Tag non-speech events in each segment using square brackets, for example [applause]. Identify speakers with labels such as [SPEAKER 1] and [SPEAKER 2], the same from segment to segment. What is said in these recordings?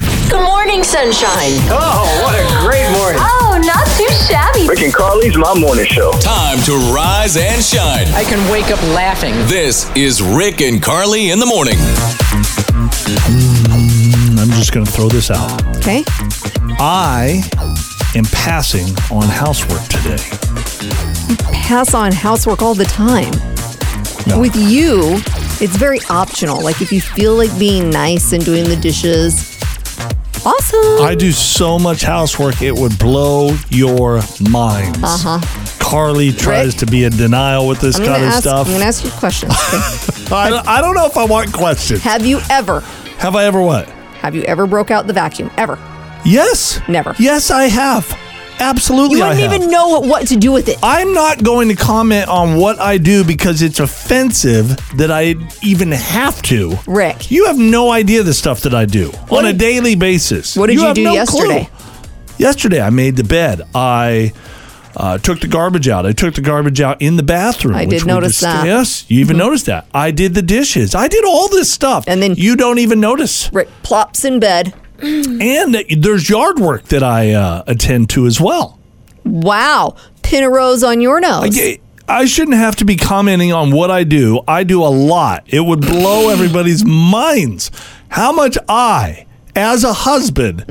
[SPEAKER 1] Good morning, sunshine.
[SPEAKER 2] Oh, what a great morning.
[SPEAKER 1] Oh, not too shabby.
[SPEAKER 3] Rick and Carly's my morning show.
[SPEAKER 4] Time to rise and shine.
[SPEAKER 2] I can wake up laughing.
[SPEAKER 4] This is Rick and Carly in the morning.
[SPEAKER 5] I'm just going to throw this out.
[SPEAKER 6] Okay.
[SPEAKER 5] I am passing on housework today.
[SPEAKER 6] Pass on housework all the time.
[SPEAKER 5] No.
[SPEAKER 6] With you, it's very optional. Like if you feel like being nice and doing the dishes, awesome.
[SPEAKER 5] I do so much housework, it would blow your minds. Uh huh. Carly tries
[SPEAKER 6] Rick?
[SPEAKER 5] to be in denial with this
[SPEAKER 6] Uh-huh. I'm
[SPEAKER 5] kind
[SPEAKER 6] gonna
[SPEAKER 5] of
[SPEAKER 6] ask.
[SPEAKER 5] stuff.
[SPEAKER 6] I'm gonna ask you
[SPEAKER 5] [laughs]
[SPEAKER 6] a question. Okay.
[SPEAKER 5] I, don't- I don't know if I want questions.
[SPEAKER 6] have you ever?
[SPEAKER 5] Have I ever what?
[SPEAKER 6] Have you ever broke out the vacuum? Ever?
[SPEAKER 5] Oh, Yes.
[SPEAKER 6] Never.
[SPEAKER 5] Yes, I have. Absolutely.
[SPEAKER 6] You
[SPEAKER 5] I
[SPEAKER 6] wouldn't
[SPEAKER 5] have.
[SPEAKER 6] even know what, what to do with it.
[SPEAKER 5] I'm not going to comment on what I do because it's offensive that I even have to.
[SPEAKER 6] Rick.
[SPEAKER 5] You have no idea the stuff that I do on a
[SPEAKER 6] did-
[SPEAKER 5] daily basis.
[SPEAKER 6] What did you
[SPEAKER 5] have
[SPEAKER 6] do
[SPEAKER 5] no
[SPEAKER 6] yesterday?
[SPEAKER 5] clue. Yesterday, I made the bed. I uh, took the garbage out. I took the garbage out in the bathroom.
[SPEAKER 6] I did
[SPEAKER 5] which we
[SPEAKER 6] notice that. Mm-hmm.
[SPEAKER 5] Yes, you even noticed that. I did the dishes. I did all this stuff,
[SPEAKER 6] And then-
[SPEAKER 5] you don't even notice.
[SPEAKER 6] Rick plops in bed.
[SPEAKER 5] And there's yard work that I uh, attend to as well.
[SPEAKER 6] Wow. Pin a rose on your nose.
[SPEAKER 5] Yeah, I shouldn't have to be commenting on what I do. I do a lot. It would
[SPEAKER 6] [laughs]
[SPEAKER 5] blow everybody's minds how much I, as a husband,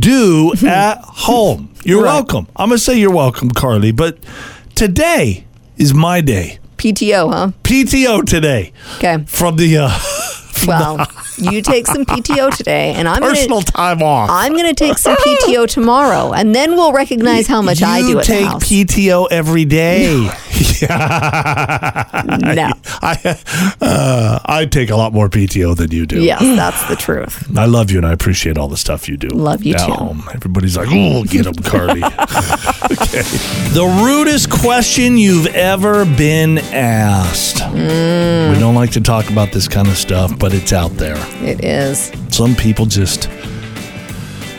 [SPEAKER 6] [laughs]
[SPEAKER 5] do at home. You're
[SPEAKER 6] Mm-hmm. Right.
[SPEAKER 5] welcome. I'm going to say you're welcome, Carly, but today is my day.
[SPEAKER 6] PTO, huh?
[SPEAKER 5] PTO today
[SPEAKER 6] Okay.
[SPEAKER 5] from the
[SPEAKER 6] [laughs]
[SPEAKER 5] uh, [laughs]
[SPEAKER 6] Well, you take some PTO today, and I'm
[SPEAKER 5] personal
[SPEAKER 6] gonna
[SPEAKER 5] time off.
[SPEAKER 6] I'm gonna take some PTO tomorrow, and then we'll recognize how much
[SPEAKER 5] you
[SPEAKER 6] I do at
[SPEAKER 5] take
[SPEAKER 6] the house.
[SPEAKER 5] PTO every day.
[SPEAKER 6] no.
[SPEAKER 5] [laughs] I, [laughs] uh, I take a lot more PTO than you do.
[SPEAKER 6] Yes, that's the truth.
[SPEAKER 5] I love you and I appreciate all the stuff you do.
[SPEAKER 6] Love you
[SPEAKER 5] at
[SPEAKER 6] too.
[SPEAKER 5] home. Everybody's like, oh, get him,
[SPEAKER 6] [laughs]
[SPEAKER 5] Carly. Okay. The rudest question you've ever been asked.
[SPEAKER 6] Mm.
[SPEAKER 5] We don't like to talk about this kind of stuff, but it's out there.
[SPEAKER 6] It is.
[SPEAKER 5] Some people just.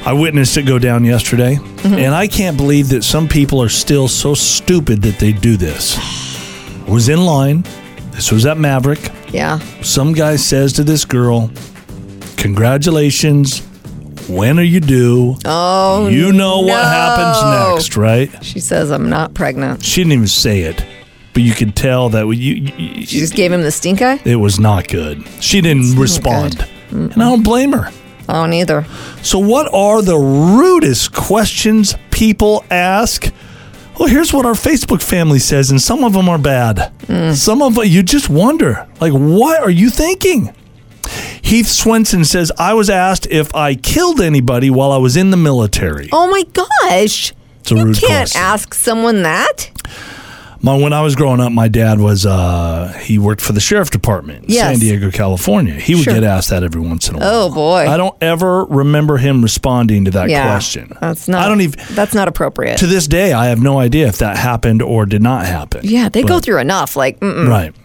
[SPEAKER 5] I witnessed it go down yesterday,
[SPEAKER 6] Mm-hmm.
[SPEAKER 5] and I can't believe that some people are still so stupid that they do this. [sighs] I was in line. This was at Maverick
[SPEAKER 6] Yeah.
[SPEAKER 5] some guy says to this girl, Congratulations, when are you due? Oh, you know
[SPEAKER 6] no.
[SPEAKER 5] what happens next, right?
[SPEAKER 6] She says I'm not pregnant.
[SPEAKER 5] She didn't even say it, but you could tell that you, you-
[SPEAKER 6] She just gave him the stink eye?
[SPEAKER 5] it was not good. She didn't respond, and I don't blame her.
[SPEAKER 6] I don't either.
[SPEAKER 5] So, what are the rudest questions people ask? Well, here's what our Facebook family says, and some of them are bad.
[SPEAKER 6] Mm.
[SPEAKER 5] Some of you just wonder, like, what are you thinking? Heath Swenson says, I was asked if I killed anybody while I was in the military.
[SPEAKER 6] Oh my gosh.
[SPEAKER 5] It's a
[SPEAKER 6] you
[SPEAKER 5] rude
[SPEAKER 6] can't
[SPEAKER 5] question.
[SPEAKER 6] ask someone that.
[SPEAKER 5] My, when I was growing up, my dad was, uh, he worked for the sheriff department in
[SPEAKER 6] Yes.
[SPEAKER 5] San Diego, California. He would
[SPEAKER 6] Sure.
[SPEAKER 5] get asked that every once in a while.
[SPEAKER 6] Oh boy.
[SPEAKER 5] I don't ever remember him responding to that
[SPEAKER 6] yeah.
[SPEAKER 5] question.
[SPEAKER 6] That's not
[SPEAKER 5] I don't even.
[SPEAKER 6] that's not appropriate.
[SPEAKER 5] to this day, I have no idea if that happened or did not happen.
[SPEAKER 6] yeah, they go through enough. Like, mm, mm-mm.
[SPEAKER 5] Right.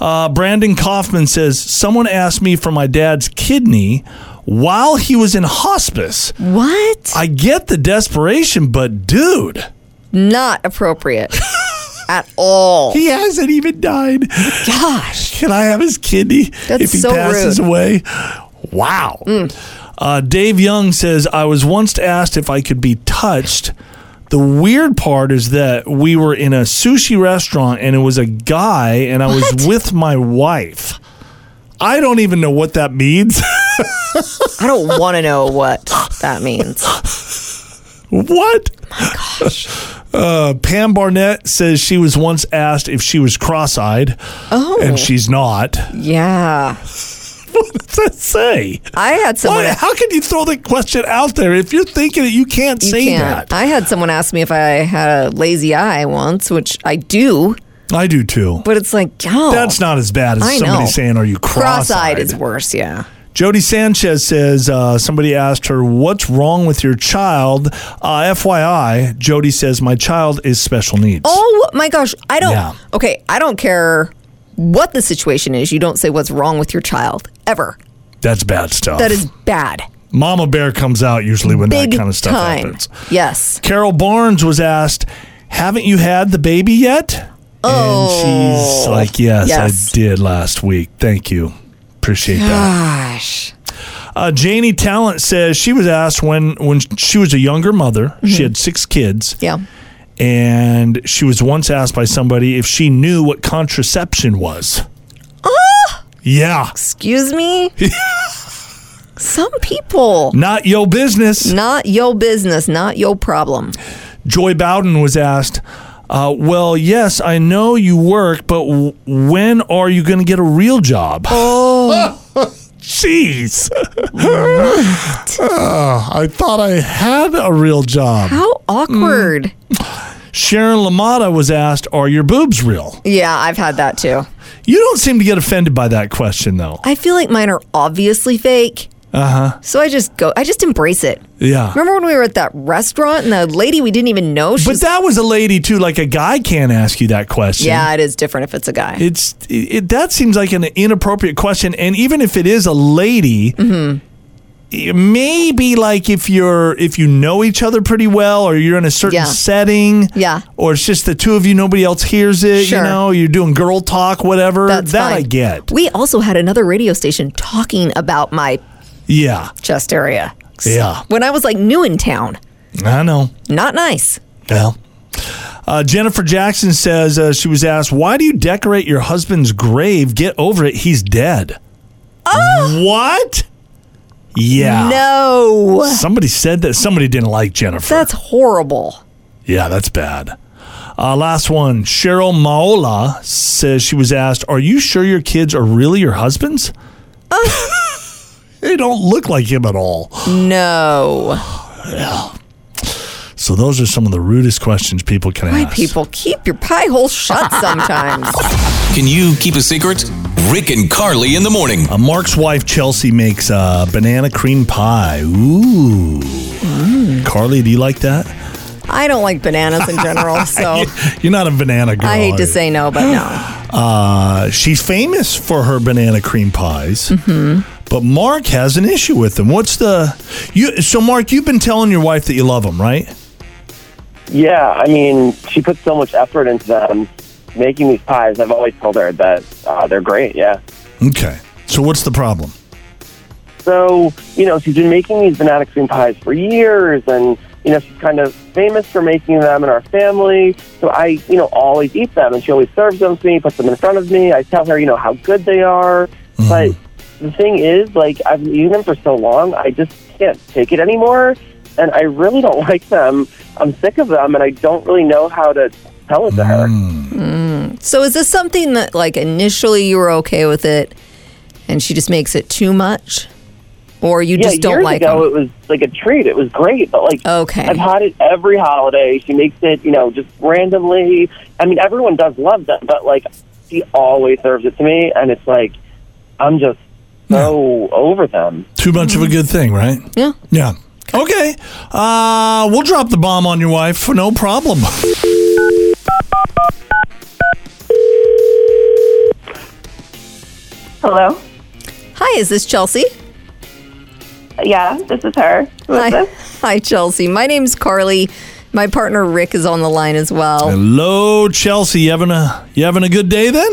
[SPEAKER 5] Uh, Brandon Kaufman says someone asked me for my dad's kidney while he was in hospice.
[SPEAKER 6] what?
[SPEAKER 5] I get the desperation, but dude, [laughs]
[SPEAKER 6] Not appropriate at all.
[SPEAKER 5] he hasn't even died.
[SPEAKER 6] Gosh.
[SPEAKER 5] Can I have his kidney
[SPEAKER 6] That's
[SPEAKER 5] if he
[SPEAKER 6] so
[SPEAKER 5] passes
[SPEAKER 6] rude. Mm.
[SPEAKER 5] away? Wow. Uh, Dave Young says I was once asked if I could be touched. The weird part is that we were in a sushi restaurant and it was a guy and I was with my wife. I don't even know what that means. [laughs]
[SPEAKER 6] I don't want to know what that means.
[SPEAKER 5] what? [laughs] Uh, Pam Barnett says she was once asked if she was cross-eyed,
[SPEAKER 6] Oh.
[SPEAKER 5] and she's not.
[SPEAKER 6] Yeah.
[SPEAKER 5] What does that say?
[SPEAKER 6] I had someone
[SPEAKER 5] Why, how can you throw that question out there if you're thinking that you can't
[SPEAKER 6] You
[SPEAKER 5] say
[SPEAKER 6] can't.
[SPEAKER 5] that?
[SPEAKER 6] I had someone ask me if I had a lazy eye once, which I do,
[SPEAKER 5] I do too.
[SPEAKER 6] but it's like, yo,
[SPEAKER 5] That's not as bad as
[SPEAKER 6] Oh. I
[SPEAKER 5] somebody
[SPEAKER 6] know.
[SPEAKER 5] saying, "Are you cross-eyed?"
[SPEAKER 6] cross-eyed is worse. Yeah.
[SPEAKER 5] Jody Sanchez says uh, somebody asked her, "What's wrong with your child?" Uh, FYI, Jody says, "My child is special needs."
[SPEAKER 6] Oh my gosh, I don't.
[SPEAKER 5] Yeah.
[SPEAKER 6] Okay, I don't care what the situation is. You don't say what's wrong with your child ever.
[SPEAKER 5] That's bad stuff.
[SPEAKER 6] That is bad.
[SPEAKER 5] Mama Bear comes out usually when
[SPEAKER 6] Big
[SPEAKER 5] that kind of stuff
[SPEAKER 6] time.
[SPEAKER 5] happens.
[SPEAKER 6] Yes.
[SPEAKER 5] Carol Barnes was asked, "Haven't you had the baby yet?"
[SPEAKER 6] Oh.
[SPEAKER 5] and she's like, "Yes,
[SPEAKER 6] Yes.
[SPEAKER 5] I did last week. Thank you, appreciate that."
[SPEAKER 6] Gosh.
[SPEAKER 5] Uh, Janie Talent says she was asked when when she was a younger mother. She had six kids,
[SPEAKER 6] Mm-hmm. Yeah.
[SPEAKER 5] and she was once asked by somebody if she knew what contraception was.
[SPEAKER 6] Oh.
[SPEAKER 5] Yeah,
[SPEAKER 6] Excuse me?
[SPEAKER 5] [laughs]
[SPEAKER 6] Some people.
[SPEAKER 5] not yo business.
[SPEAKER 6] Not your business, not your problem.
[SPEAKER 5] Joy Bowden was asked, uh, "Well, yes, I know you work, but w- when are you going to get a real job?" Oh, [laughs] jeez! Uh, [laughs] I thought I had a real job.
[SPEAKER 6] How awkward.
[SPEAKER 5] Mm. Sharon Lamada was asked, "Are your boobs real?"
[SPEAKER 6] Yeah, I've had that too.
[SPEAKER 5] You don't seem to get offended by that question, though.
[SPEAKER 6] I feel like mine are obviously fake.
[SPEAKER 5] Uh-huh.
[SPEAKER 6] Uh huh. So I just go, I just embrace it.
[SPEAKER 5] Yeah.
[SPEAKER 6] Remember when we were at that restaurant and the lady we didn't even know? She
[SPEAKER 5] But
[SPEAKER 6] was-
[SPEAKER 5] that was a lady too. Like a guy can't ask you that question.
[SPEAKER 6] yeah, it is different if it's a guy.
[SPEAKER 5] it's it, it- that seems like an inappropriate question and even if it is a lady it-
[SPEAKER 6] Mm-hmm.
[SPEAKER 5] maybe like if you're if you know each other pretty well or you're in a certain
[SPEAKER 6] Yeah.
[SPEAKER 5] setting
[SPEAKER 6] Yeah.
[SPEAKER 5] or it's just the two of you nobody else hears it
[SPEAKER 6] Sure.
[SPEAKER 5] you know you're doing girl talk whatever
[SPEAKER 6] That's
[SPEAKER 5] that
[SPEAKER 6] fine.
[SPEAKER 5] i get
[SPEAKER 6] We also had another radio station talking about my
[SPEAKER 5] yeah
[SPEAKER 6] chest area.
[SPEAKER 5] Yeah.
[SPEAKER 6] When I was like new in town.
[SPEAKER 5] i know
[SPEAKER 6] Not nice.
[SPEAKER 5] well uh, Jennifer Jackson says uh, she was asked, "Why do you decorate your husband's grave? Get over it. He's dead." Oh, what? Yeah.
[SPEAKER 6] No.
[SPEAKER 5] Somebody said that somebody didn't like Jennifer.
[SPEAKER 6] That's horrible.
[SPEAKER 5] yeah, that's bad. Uh, last one. Cheryl Maola says she was asked, Are you sure your kids are really your
[SPEAKER 6] [laughs]
[SPEAKER 5] husband's? they don't look like him at all.
[SPEAKER 6] No.
[SPEAKER 5] So, those are some of the rudest questions people can
[SPEAKER 6] Why
[SPEAKER 5] ask.
[SPEAKER 6] people keep your pie hole shut
[SPEAKER 5] [laughs]
[SPEAKER 6] sometimes.
[SPEAKER 4] Can you keep a secret? Rick and Carly in the morning.
[SPEAKER 5] Uh, Mark's wife, Chelsea, makes uh, banana cream pie. Ooh.
[SPEAKER 6] Mm.
[SPEAKER 5] Carly, do you like that?
[SPEAKER 6] I don't like bananas in general,
[SPEAKER 5] [laughs]
[SPEAKER 6] so
[SPEAKER 5] You're not a banana girl.
[SPEAKER 6] I hate
[SPEAKER 5] are
[SPEAKER 6] to
[SPEAKER 5] you?
[SPEAKER 6] say no, but no.
[SPEAKER 5] Uh, she's famous for her banana cream pies, Mm-hmm. but Mark has an issue with them. What's the you? So Mark, you've been telling your wife that you love them, right?
[SPEAKER 3] Yeah, I mean, she puts so much effort into them making these pies. I've always told her that uh, they're great. Yeah.
[SPEAKER 5] Okay. So what's the problem?
[SPEAKER 3] So, you know, she's been making these banana cream pies for years and, you know, she's kind of famous for making them in our family. So I, you know, always eat them and she always serves them to me, puts them in front of me. I tell her, you know, how good they are. But the thing is, like, I've been eating them for so long, I just can't take it anymore. And I really don't [laughs] like them. I'm sick of them and I don't really know how to tell it to her.
[SPEAKER 6] So is this something that like initially you were okay with it and she just makes it too much? Or you
[SPEAKER 3] yeah,
[SPEAKER 6] just don't
[SPEAKER 3] years
[SPEAKER 6] like
[SPEAKER 3] ago
[SPEAKER 6] them?
[SPEAKER 3] it was like a treat. It was great, but like
[SPEAKER 6] Okay.
[SPEAKER 3] I've had it every holiday. She makes it, you know, just randomly. I mean, everyone does love them, but like she always serves it to me, and it's like I'm just so over them.
[SPEAKER 5] Too much of a good thing, right?
[SPEAKER 6] Yeah.
[SPEAKER 5] Yeah. Okay. Uh, we'll drop the bomb on your wife for no problem. [laughs]
[SPEAKER 7] Hello.
[SPEAKER 6] Hi, is this Chelsea?
[SPEAKER 7] Yeah, this is her. Who is
[SPEAKER 6] Hi.
[SPEAKER 7] this?
[SPEAKER 6] Hi, Chelsea. My name's Carly. My partner Rick is on the line as well.
[SPEAKER 5] Hello, Chelsea. You having a you having a good day then?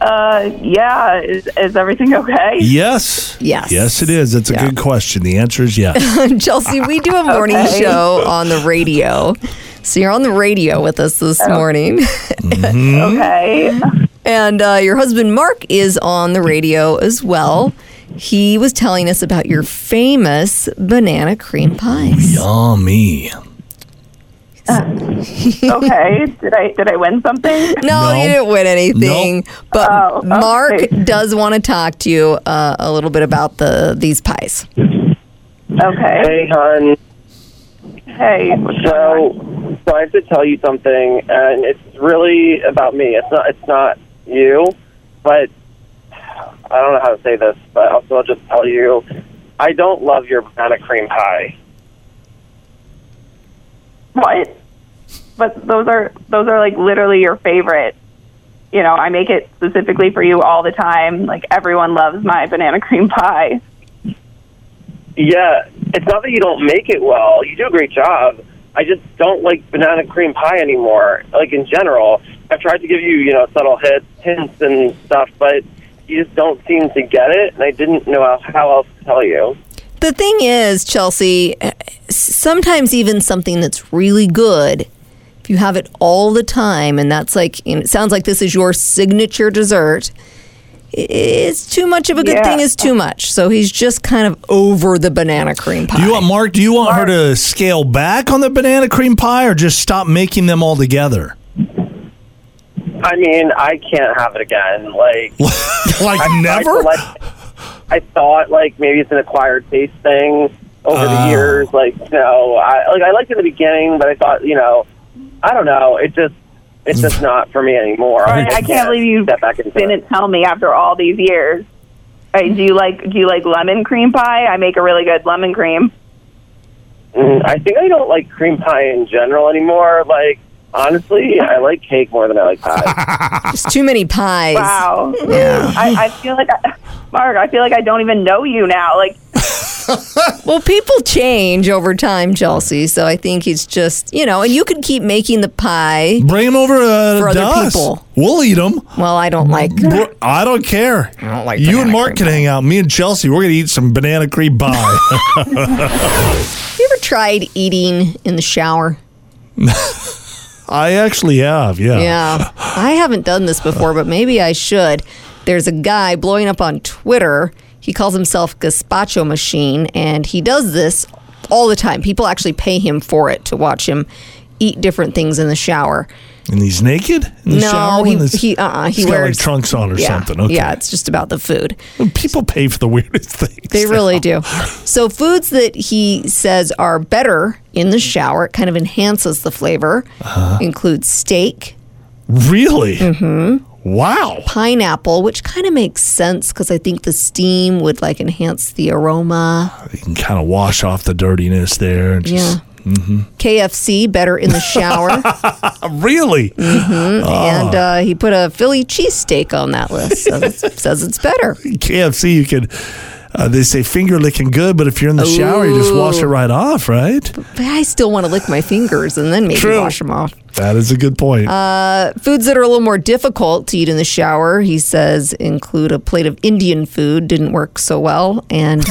[SPEAKER 7] Uh, yeah. Is, is everything okay?
[SPEAKER 5] Yes.
[SPEAKER 6] Yes.
[SPEAKER 5] Yes, it is. That's a
[SPEAKER 6] Yeah.
[SPEAKER 5] good question. The answer is
[SPEAKER 6] [laughs]
[SPEAKER 5] yes.
[SPEAKER 6] Chelsea, we
[SPEAKER 3] [laughs]
[SPEAKER 6] do a morning
[SPEAKER 7] Okay.
[SPEAKER 6] show on the radio. So you're on the radio with us this
[SPEAKER 3] Oh.
[SPEAKER 6] morning. [laughs]
[SPEAKER 7] Okay.
[SPEAKER 6] And uh, your husband Mark is on the radio as well. He was telling us about your famous banana cream pies.
[SPEAKER 5] Yummy.
[SPEAKER 7] Okay. did I did I win something?
[SPEAKER 5] No.
[SPEAKER 6] No, you didn't win anything. But
[SPEAKER 7] Oh, okay.
[SPEAKER 6] Mark does want to talk to you uh, a little bit about the these pies.
[SPEAKER 7] Okay.
[SPEAKER 3] Hey, hon.
[SPEAKER 7] Hey. what's going on?
[SPEAKER 3] So, so I have to tell you something, and it's really about me. It's not. It's not you, but I don't know how to say this, but I'll, so I'll just tell you. I don't love your banana cream pie.
[SPEAKER 7] what? But those are those are like literally your favorite. You know, I make it specifically for you all the time. Like everyone loves my banana cream pie.
[SPEAKER 3] Yeah, it's not that you don't make it well. You do a great job. I just don't like banana cream pie anymore, like in general. I've tried to give you, you know, subtle hits, hints and stuff, but you just don't seem to get it, and I didn't know how- how else to tell you.
[SPEAKER 6] The thing is, Chelsea, sometimes even something that's really good, if you have it all the time, and that's like, and it sounds like this is your signature dessert, i- it's too much of a good
[SPEAKER 7] Yeah.
[SPEAKER 6] thing, is too much. So he's just kind of over the banana cream pie.
[SPEAKER 5] Do you want Mark? Do you want her to scale back on the banana cream pie, or just stop making
[SPEAKER 2] [laughs]
[SPEAKER 5] them altogether?
[SPEAKER 3] I mean, I can't have it again. Like,
[SPEAKER 5] [laughs] like
[SPEAKER 3] I,
[SPEAKER 5] never?
[SPEAKER 3] select- I thought like maybe it's an acquired taste thing over
[SPEAKER 5] Oh.
[SPEAKER 3] the years. Like, no, I like I liked it in the beginning, but I thought you know, I don't know. It just it's just not for me anymore.
[SPEAKER 7] I can't believe you
[SPEAKER 3] step back into it.
[SPEAKER 7] didn't tell me after all these years. Hey, do you like do you like lemon cream pie? I make a really good lemon cream.
[SPEAKER 3] Mm, I think I don't like cream pie in general anymore. Like, honestly, I like cake more than I like pie.
[SPEAKER 6] It's too many pies.
[SPEAKER 7] Wow. I, I feel like I, Mark, I feel like I don't even know you now. Like
[SPEAKER 6] Well, people change over time, Chelsea. So I think he's just, you know, and you could keep making the pie.
[SPEAKER 5] Bring them over uh,
[SPEAKER 6] For
[SPEAKER 5] to
[SPEAKER 6] other
[SPEAKER 5] us.
[SPEAKER 6] people.
[SPEAKER 5] We'll eat them.
[SPEAKER 6] Well, I don't like.
[SPEAKER 2] [laughs]
[SPEAKER 5] We're- I don't care. I
[SPEAKER 2] don't like
[SPEAKER 5] you
[SPEAKER 2] banana
[SPEAKER 5] and Mark
[SPEAKER 2] cream
[SPEAKER 5] can
[SPEAKER 2] pie.
[SPEAKER 5] hang out. Me and Chelsea, we're gonna eat some banana
[SPEAKER 2] [laughs]
[SPEAKER 5] cream pie.
[SPEAKER 6] Have you ever tried eating in the shower?
[SPEAKER 5] I actually have. Yeah.
[SPEAKER 6] Yeah. I haven't done this before, but maybe I should. There's a guy blowing up on Twitter. He calls himself Gazpacho Machine, and he does this all the time. People actually pay him for it to watch him eat different things in the shower.
[SPEAKER 5] And he's naked in the
[SPEAKER 6] no,
[SPEAKER 5] shower.
[SPEAKER 6] he
[SPEAKER 5] and it's-
[SPEAKER 6] he uh-uh, he
[SPEAKER 5] he's got like
[SPEAKER 6] wears
[SPEAKER 5] trunks on or
[SPEAKER 6] yeah,
[SPEAKER 5] something. Okay.
[SPEAKER 6] Yeah, it's just about the food.
[SPEAKER 5] People pay for the weirdest [laughs] things.
[SPEAKER 6] They really do. So foods that he says are better in the shower, it kind of enhances the flavor, includes steak,
[SPEAKER 5] Really? Mm-hmm. Wow.
[SPEAKER 6] pineapple, which kind of makes sense because I think the steam would like enhance the aroma.
[SPEAKER 5] You can kind of wash off the dirtiness there. And just,
[SPEAKER 6] Yeah. KFC better in the shower,
[SPEAKER 5] Really?
[SPEAKER 6] and uh, he put a Philly cheesesteak on that list. So it says it's better.
[SPEAKER 5] KFC, you could. Uh, they say finger licking good, but if you're in the shower, you just wash it right off, right?
[SPEAKER 6] But I still want to lick my fingers and then maybe
[SPEAKER 5] True.
[SPEAKER 6] wash them off.
[SPEAKER 5] That is a good point.
[SPEAKER 6] Uh, Foods that are a little more difficult to eat in the shower, he says, include a plate of Indian food didn't work so well,
[SPEAKER 5] [laughs]
[SPEAKER 6] and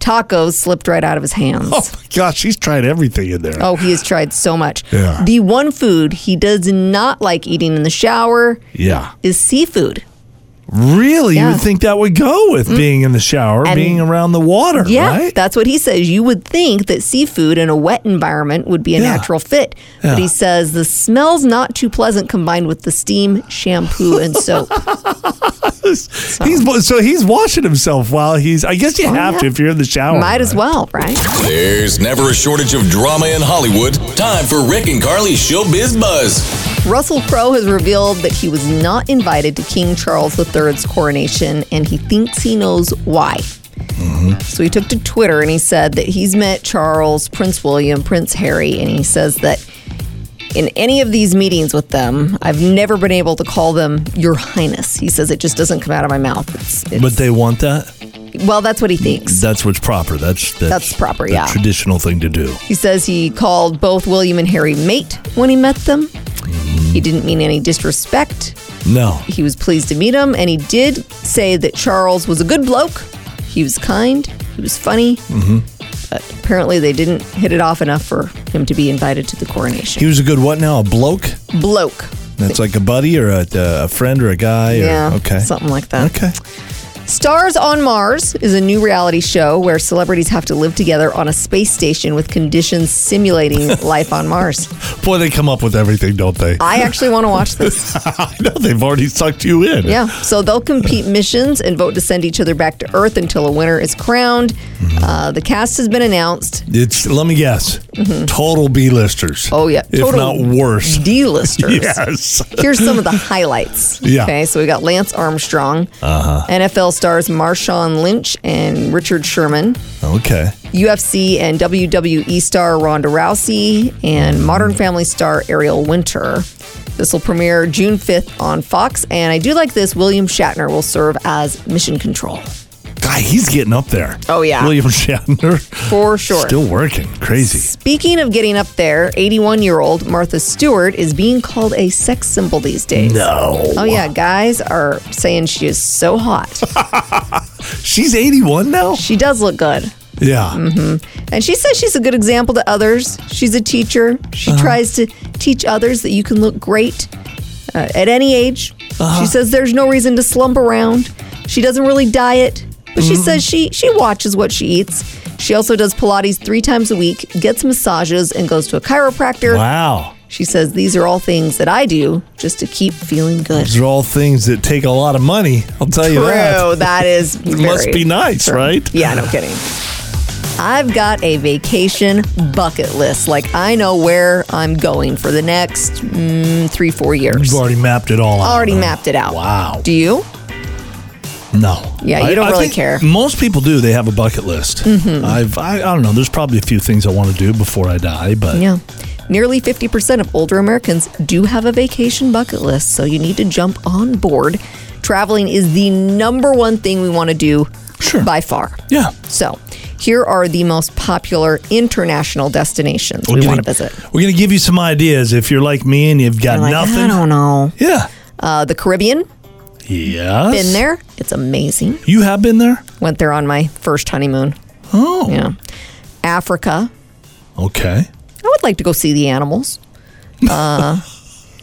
[SPEAKER 6] tacos slipped right out of his hands.
[SPEAKER 5] oh my gosh, she's tried everything in there.
[SPEAKER 6] Oh, he has tried so much.
[SPEAKER 5] Yeah.
[SPEAKER 6] The one food he does not like eating in the shower
[SPEAKER 5] Yeah.
[SPEAKER 6] is seafood.
[SPEAKER 5] Really? You
[SPEAKER 6] Yeah. Mm.
[SPEAKER 5] would think that would go with being in the shower,
[SPEAKER 6] And-
[SPEAKER 5] being around the water,
[SPEAKER 6] Yeah,
[SPEAKER 5] right?
[SPEAKER 6] that's what he says. You would think that seafood in a wet environment would be a
[SPEAKER 5] Yeah.
[SPEAKER 6] natural fit,
[SPEAKER 5] Yeah.
[SPEAKER 6] but he says the smell's not too pleasant combined with the steam, shampoo, and soap.
[SPEAKER 5] [laughs] He's so he's washing himself while he's. I guess you have
[SPEAKER 6] Oh, yeah.
[SPEAKER 5] to if you're in the shower.
[SPEAKER 6] Might as
[SPEAKER 5] right?
[SPEAKER 6] well, right?
[SPEAKER 4] There's never a shortage of drama in Hollywood. Time for Rick and Carly's Showbiz Buzz.
[SPEAKER 6] Russell Crowe has revealed that he was not invited to King Charles III's coronation, and he thinks he knows why. So he took to Twitter and he said that he's met Charles, Prince William, Prince Harry, and he says that in any of these meetings with them, I've never been able to call them Your Highness. He says it just doesn't come out of my mouth. It's, it's-
[SPEAKER 5] But they want that.
[SPEAKER 6] well, that's what he thinks.
[SPEAKER 5] That's what's proper. That's that's,
[SPEAKER 6] That's proper,
[SPEAKER 5] the
[SPEAKER 6] yeah.
[SPEAKER 5] traditional thing to do.
[SPEAKER 6] He says he called both William and Harry mate when he met them. He didn't mean any disrespect.
[SPEAKER 5] No,
[SPEAKER 6] he was pleased to meet him, and he did say that Charles was a good bloke. He was kind. He was funny. Mm-hmm. But apparently, they didn't hit it off enough for him to be invited to the coronation.
[SPEAKER 5] he was a good what now? A bloke?
[SPEAKER 6] bloke.
[SPEAKER 5] That's like a buddy or a, a friend or a guy. Or,
[SPEAKER 6] Yeah.
[SPEAKER 5] Okay.
[SPEAKER 6] Something like that.
[SPEAKER 5] Okay.
[SPEAKER 6] Stars on Mars is a new reality show where celebrities have to live together on a space station with conditions simulating life on Mars.
[SPEAKER 5] Boy, they come up with everything, don't they?
[SPEAKER 6] I actually want to
[SPEAKER 5] [laughs]
[SPEAKER 6] watch this.
[SPEAKER 5] I know they've already sucked you in.
[SPEAKER 6] Ah. Yeah. So they'll compete missions and vote to send each other back to Earth until a winner is crowned. Uh, the cast has been announced.
[SPEAKER 5] It's let me guess. Total B-listers.
[SPEAKER 6] Mm-hmm. Oh yeah,
[SPEAKER 5] If not worse.
[SPEAKER 6] [laughs] D-listers.
[SPEAKER 5] Yes.
[SPEAKER 6] Here's some of the highlights.
[SPEAKER 5] Yeah. Uh-huh.
[SPEAKER 6] Okay, so we got Lance Armstrong, NFL stars Marshawn Lynch and Richard Sherman,
[SPEAKER 5] Okay.
[SPEAKER 6] UFC and WWE star Ronda Rousey, and Modern Family star Ariel Winter. This will premiere June 5th on Fox, and I do like this. William Shatner will serve as Mission Control.
[SPEAKER 5] God, he's getting up there.
[SPEAKER 6] Oh, yeah.
[SPEAKER 5] William Shatner.
[SPEAKER 6] for sure.
[SPEAKER 5] Still working. Crazy.
[SPEAKER 6] Speaking of getting up there, 81 year old Martha Stewart is being called a sex symbol these days.
[SPEAKER 5] No.
[SPEAKER 6] Oh, yeah. Guys are saying she is so hot.
[SPEAKER 5] She's 81 now?
[SPEAKER 6] she does look good.
[SPEAKER 5] Yeah.
[SPEAKER 6] Mm-hmm. And she says she's a good example to others. She's a teacher. She tries to teach others that you can look great uh, at any age. She says there's no reason to slump around. She doesn't really diet, but she says she she watches what she eats. She also does Pilates three times a week, gets massages, and goes to a chiropractor.
[SPEAKER 5] Wow.
[SPEAKER 6] She says these are all things that I do just to keep feeling good.
[SPEAKER 5] These are all things that take a lot of money. I'll tell you
[SPEAKER 6] True,
[SPEAKER 5] that.
[SPEAKER 6] that
[SPEAKER 5] [laughs]
[SPEAKER 6] is
[SPEAKER 5] It must
[SPEAKER 6] very
[SPEAKER 5] be nice,
[SPEAKER 6] true.
[SPEAKER 5] right?
[SPEAKER 6] Yeah, no kidding. I've got a vacation bucket list. Like I know where I'm going for the next mm, three, four years.
[SPEAKER 5] You've already mapped it all out.
[SPEAKER 6] Already
[SPEAKER 5] huh?
[SPEAKER 6] mapped it out.
[SPEAKER 5] Wow.
[SPEAKER 6] Do you?
[SPEAKER 5] No.
[SPEAKER 6] Yeah, you
[SPEAKER 5] I-
[SPEAKER 6] don't
[SPEAKER 5] I
[SPEAKER 6] really
[SPEAKER 5] think
[SPEAKER 6] care. Mm-hmm.
[SPEAKER 5] Most people do. They have a bucket list. I've, I, I don't know. There's probably a few things I want to do before I die, but
[SPEAKER 6] Yeah. Nearly 50% of older Americans do have a vacation bucket list, so you need to jump on board. Traveling is the number one thing we want to do
[SPEAKER 5] Sure.
[SPEAKER 6] by far.
[SPEAKER 5] yeah.
[SPEAKER 6] So, here are the most popular international destinations we want to visit.
[SPEAKER 5] We're going to give you some ideas if you're like me and you've got
[SPEAKER 6] Like, I
[SPEAKER 5] nothing.
[SPEAKER 6] don't know.
[SPEAKER 5] Yeah.
[SPEAKER 6] Uh, the Caribbean,
[SPEAKER 5] Yes.
[SPEAKER 6] been there. It's amazing.
[SPEAKER 5] You have been there?
[SPEAKER 6] Went there on my first honeymoon.
[SPEAKER 5] Oh.
[SPEAKER 6] Yeah. Africa.
[SPEAKER 5] Okay.
[SPEAKER 6] I would like to go see the animals.
[SPEAKER 5] I'd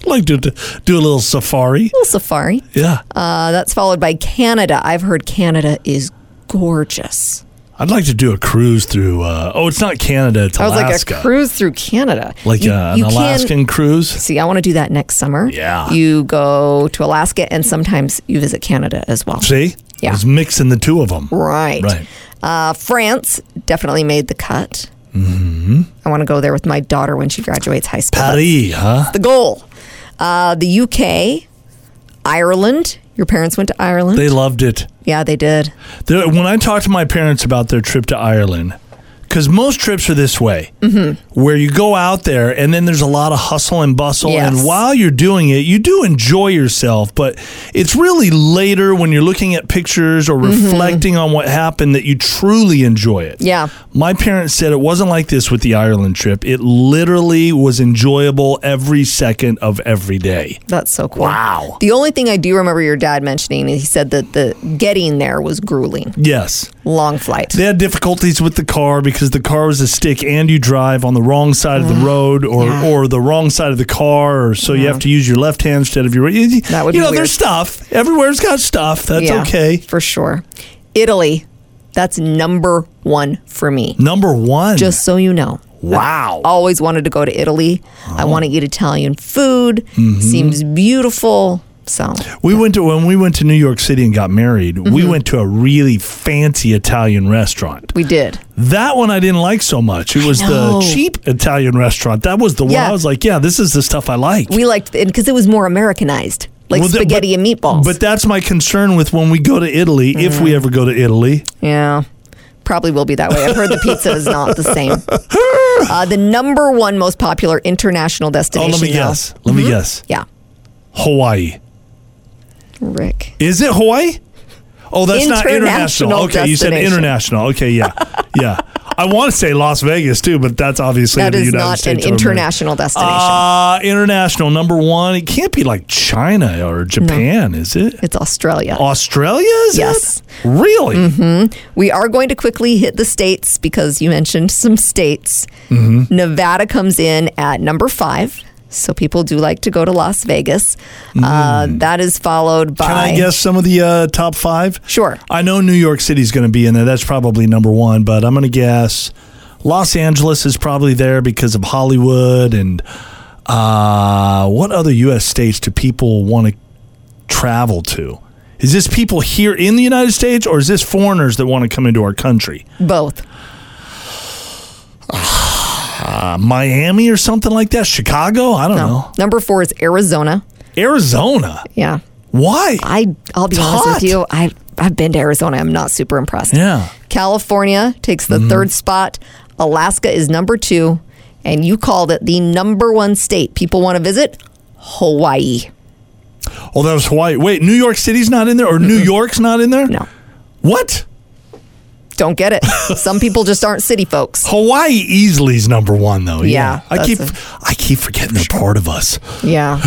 [SPEAKER 5] like to d- do a little safari.
[SPEAKER 6] A little safari.
[SPEAKER 5] Yeah.
[SPEAKER 6] Uh, that's followed by Canada. I've heard Canada is gorgeous.
[SPEAKER 5] I'd like to do a cruise through. Uh, oh, it's not Canada. It's
[SPEAKER 6] I was
[SPEAKER 5] Alaska.
[SPEAKER 6] like a cruise through Canada.
[SPEAKER 5] Like
[SPEAKER 6] You-
[SPEAKER 5] uh, an
[SPEAKER 6] you can-
[SPEAKER 5] Alaskan cruise.
[SPEAKER 6] See, I want to do that next summer.
[SPEAKER 5] Yeah.
[SPEAKER 6] You go to Alaska and sometimes you visit Canada as well.
[SPEAKER 5] See?
[SPEAKER 6] Yeah.
[SPEAKER 5] I was mixing the two of them.
[SPEAKER 6] Right.
[SPEAKER 5] Right.
[SPEAKER 6] Uh, France definitely made the cut. Mm-hmm. I want to go there with my daughter when she graduates high school.
[SPEAKER 5] Paris, huh?
[SPEAKER 6] the goal. Uh, the UK, Ireland. Your parents went to Ireland.
[SPEAKER 5] They loved it.
[SPEAKER 6] yeah, they did.
[SPEAKER 5] There, when I talked to my parents about their trip to Ireland, because most trips are this way,
[SPEAKER 6] Mm-hmm.
[SPEAKER 5] where you go out there and then there's a lot of hustle and bustle.
[SPEAKER 6] Yes.
[SPEAKER 5] And while you're doing it, you do enjoy yourself, but it's really later when you're looking at pictures or
[SPEAKER 6] Mm-hmm.
[SPEAKER 5] reflecting on what happened that you truly enjoy it.
[SPEAKER 6] Yeah.
[SPEAKER 5] My parents said it wasn't like this with the Ireland trip. It literally was enjoyable every second of every day.
[SPEAKER 6] That's so cool.
[SPEAKER 5] Wow.
[SPEAKER 6] The only thing I do remember your dad mentioning is he said that the getting there was grueling,
[SPEAKER 5] Yes.
[SPEAKER 6] long flight.
[SPEAKER 5] They had difficulties with the car because the car was a stick and you drive on the wrong side
[SPEAKER 6] Mm-hmm.
[SPEAKER 5] of the road or, or the wrong side of the car or so you have to use your left hand instead of your right. You,
[SPEAKER 6] That would
[SPEAKER 5] you
[SPEAKER 6] be
[SPEAKER 5] know,
[SPEAKER 6] weird.
[SPEAKER 5] there's stuff. Everywhere's got stuff. That's
[SPEAKER 6] Yeah,
[SPEAKER 5] okay.
[SPEAKER 6] for sure. Italy, that's number one for me.
[SPEAKER 5] Number one.
[SPEAKER 6] Just so you know.
[SPEAKER 5] wow.
[SPEAKER 6] Always wanted to go to Italy. I
[SPEAKER 5] Oh.
[SPEAKER 6] want to eat Italian food.
[SPEAKER 5] Mm-hmm.
[SPEAKER 6] Seems beautiful. So
[SPEAKER 5] We went to when we went to New York City and got married, we
[SPEAKER 6] Mm-hmm.
[SPEAKER 5] went to a really fancy Italian restaurant.
[SPEAKER 6] we did.
[SPEAKER 5] That one I didn't like so much. It was the
[SPEAKER 6] know.
[SPEAKER 5] cheap Italian restaurant. That was the one
[SPEAKER 6] Yeah.
[SPEAKER 5] I was like, yeah, this is the stuff I like.
[SPEAKER 6] We liked it because it was more Americanized, like
[SPEAKER 5] Well, that-
[SPEAKER 6] spaghetti
[SPEAKER 5] but-
[SPEAKER 6] and meatballs. Mm-hmm.
[SPEAKER 5] But that's my concern with when we go to Italy, if we ever go to Italy.
[SPEAKER 6] yeah, probably will be that way. I've heard the pizza is not the
[SPEAKER 5] [laughs]
[SPEAKER 6] same. Uh, the number one most popular international
[SPEAKER 5] Oh,
[SPEAKER 6] destination.
[SPEAKER 5] let me
[SPEAKER 6] now-
[SPEAKER 5] guess. Let
[SPEAKER 6] Mm-hmm.
[SPEAKER 5] me guess.
[SPEAKER 6] Yeah,
[SPEAKER 5] Hawaii.
[SPEAKER 6] Rick.
[SPEAKER 5] Is it Hawaii? Oh, that's not international.
[SPEAKER 6] International
[SPEAKER 5] Okay, you said
[SPEAKER 6] destination.
[SPEAKER 5] international. Okay, yeah. yeah. I want to say Las Vegas too, but that's obviously
[SPEAKER 6] That
[SPEAKER 5] the
[SPEAKER 6] is
[SPEAKER 5] United
[SPEAKER 6] not an
[SPEAKER 5] States of America.
[SPEAKER 6] international destination.
[SPEAKER 5] Uh, international number one. It can't be like China or Japan, is it?
[SPEAKER 6] it's Australia.
[SPEAKER 5] Australia is
[SPEAKER 6] Yes.
[SPEAKER 5] it? Really?
[SPEAKER 6] We are going to quickly hit the states because you mentioned some states.
[SPEAKER 5] Mm-hmm.
[SPEAKER 6] Nevada comes in at number five. So people do like to go to Las Vegas. Uh, that is followed by.
[SPEAKER 5] Mm. Can I guess some of the uh, top five?
[SPEAKER 6] Sure.
[SPEAKER 5] I know New York City's going to be in there. That's probably number one, but I'm going to guess Los Angeles is probably there because of Hollywood and uh, what other U.S. states do people want to travel to? Is this people here in the United States or is this foreigners that want to come into our country?
[SPEAKER 6] Both.
[SPEAKER 5] Uh, Miami or something like that? Chicago? I don't know.
[SPEAKER 6] Number four is Arizona.
[SPEAKER 5] Arizona?
[SPEAKER 6] Yeah.
[SPEAKER 5] Why?
[SPEAKER 6] I I'll be
[SPEAKER 5] It's
[SPEAKER 6] honest
[SPEAKER 5] hot.
[SPEAKER 6] with you. I I've been to Arizona. I'm not super impressed.
[SPEAKER 5] Yeah. Mm-hmm.
[SPEAKER 6] California takes the third spot. Alaska is number two, and you called it the number one state people want to visit. Hawaii.
[SPEAKER 5] Oh, that was Hawaii. Wait, New York City's not in there or New York's not in there?
[SPEAKER 6] No.
[SPEAKER 5] What?
[SPEAKER 6] Don't
[SPEAKER 5] [laughs]
[SPEAKER 6] get it. Some people just aren't city folks.
[SPEAKER 5] Hawaii easily's number one though.
[SPEAKER 6] Yeah,
[SPEAKER 5] I
[SPEAKER 6] that's
[SPEAKER 5] keep
[SPEAKER 6] a-
[SPEAKER 5] I keep forgetting they're part of us. [laughs]
[SPEAKER 6] Yeah.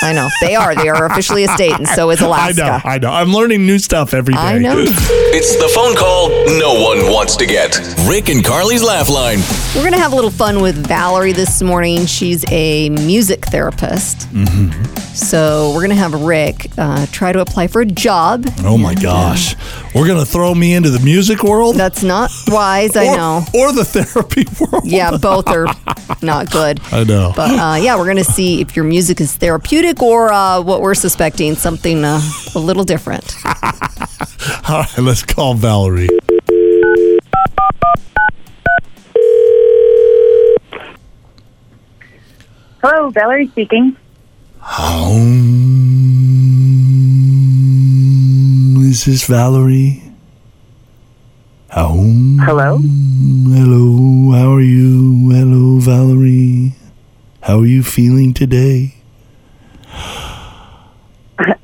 [SPEAKER 6] I know. They are. They are officially a state, and so is Alaska.
[SPEAKER 5] I know. I know. I'm learning new stuff every day.
[SPEAKER 6] I know.
[SPEAKER 4] It's the phone call no one wants to get. Rick and Carly's Laugh Line.
[SPEAKER 6] We're going to have a little fun with Valerie this morning. She's a music therapist.
[SPEAKER 5] Mm-hmm.
[SPEAKER 6] So we're going to have Rick uh, try to apply for a job.
[SPEAKER 5] [laughs] Oh my gosh. We're going to throw me into the music world?
[SPEAKER 6] That's not wise, I
[SPEAKER 5] or,
[SPEAKER 6] know.
[SPEAKER 5] Or the therapy [laughs] world.
[SPEAKER 6] Yeah,
[SPEAKER 5] [laughs]
[SPEAKER 6] both are not good.
[SPEAKER 5] I know.
[SPEAKER 6] But uh, yeah, we're going to see if your music is therapeutic or uh, what we're suspecting, something uh, a little different.
[SPEAKER 5] All right, [laughs] let's call Valerie.
[SPEAKER 7] Hello, Valerie speaking.
[SPEAKER 5] Um, is this Valerie? Um,
[SPEAKER 7] Hello.
[SPEAKER 5] hello, how are you? Hello, Valerie. How are you feeling today?
[SPEAKER 7] Sorry,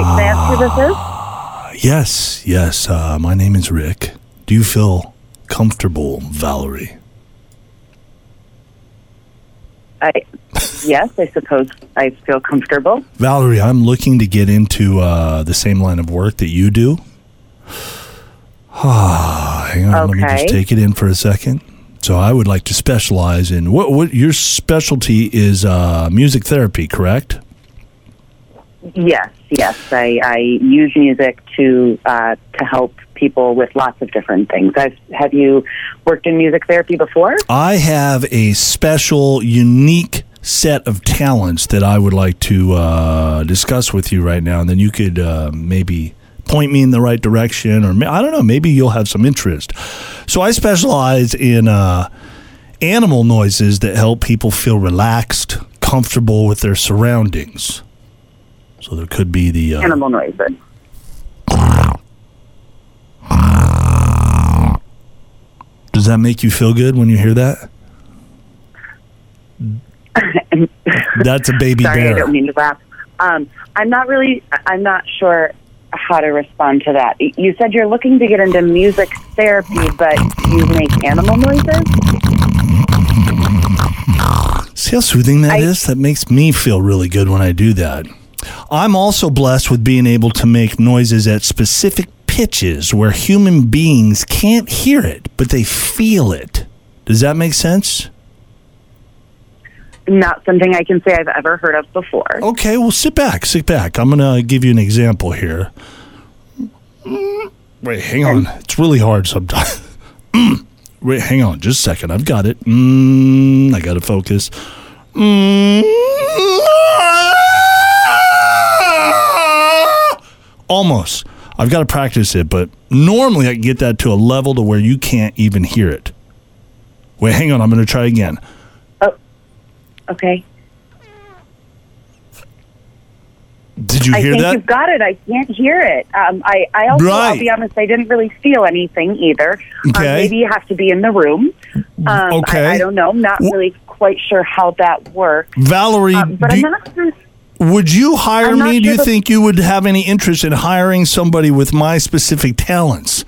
[SPEAKER 7] can I ask who this is?
[SPEAKER 5] Yes, yes. Uh, my name is Rick. Do you feel comfortable, Valerie?
[SPEAKER 7] I, yes, I suppose I feel comfortable.
[SPEAKER 5] Valerie, I'm looking to get into uh, the same line of work that you do. [sighs] Ah, hang on, let me just
[SPEAKER 7] Okay.
[SPEAKER 5] take it in for a second. So, I would like to specialize in what? What your specialty is? Uh, music therapy, correct?
[SPEAKER 8] Yes, yes. I, I use music to uh, to help people with lots of different things. I've, have you worked in music therapy before?
[SPEAKER 5] I have a special, unique set of talents that I would like to uh, discuss with you right now, and then you could uh, maybe point me in the right direction, or ma- I don't know, maybe you'll have some interest. So I specialize in uh, animal noises that help people feel relaxed, comfortable with their surroundings. So there could be the uh,
[SPEAKER 8] Animal noises.
[SPEAKER 5] Does that make you feel good when you hear
[SPEAKER 8] [laughs]
[SPEAKER 5] that? That's a baby
[SPEAKER 8] Sorry, I
[SPEAKER 5] bear.
[SPEAKER 8] don't mean to laugh. Um, I'm not really. I'm not sure how to respond to that. You said you're looking to get into music therapy, but you make animal noises.
[SPEAKER 5] See how soothing that is? That makes me feel really good when I do that. I'm also blessed with being able to make noises at specific pitches where human beings can't hear it, but they feel it. Does that make sense?
[SPEAKER 8] Not something I can say I've ever heard of before.
[SPEAKER 5] Okay, well, sit back, sit back. I'm going to give you an example here. Mm, Wait, hang on. It's really hard sometimes. [laughs] Mm, Wait, hang on just a second. I've got it. Mm, I got to focus. Mm. [laughs] Almost. I've got to practice it, but normally I can get that to a level to where you can't even hear it. Wait, hang on. I'm going to try again.
[SPEAKER 8] Okay.
[SPEAKER 5] Did you
[SPEAKER 8] I
[SPEAKER 5] hear
[SPEAKER 8] think
[SPEAKER 5] that?
[SPEAKER 8] you've got it. I can't hear it. Um, I, I also,
[SPEAKER 5] Right.
[SPEAKER 8] I'll be honest, I didn't really feel anything either. Um,
[SPEAKER 5] Okay.
[SPEAKER 8] maybe you have to be in the room. Um,
[SPEAKER 5] Okay.
[SPEAKER 8] I, I don't know. I'm not really quite sure how that works.
[SPEAKER 5] Valerie,
[SPEAKER 8] Um, but
[SPEAKER 5] do
[SPEAKER 8] I'm
[SPEAKER 5] you-
[SPEAKER 8] not.
[SPEAKER 5] Would you hire
[SPEAKER 8] I'm not
[SPEAKER 5] me? Do
[SPEAKER 8] sure
[SPEAKER 5] you
[SPEAKER 8] that-
[SPEAKER 5] think you would have any interest in hiring somebody with my specific talents?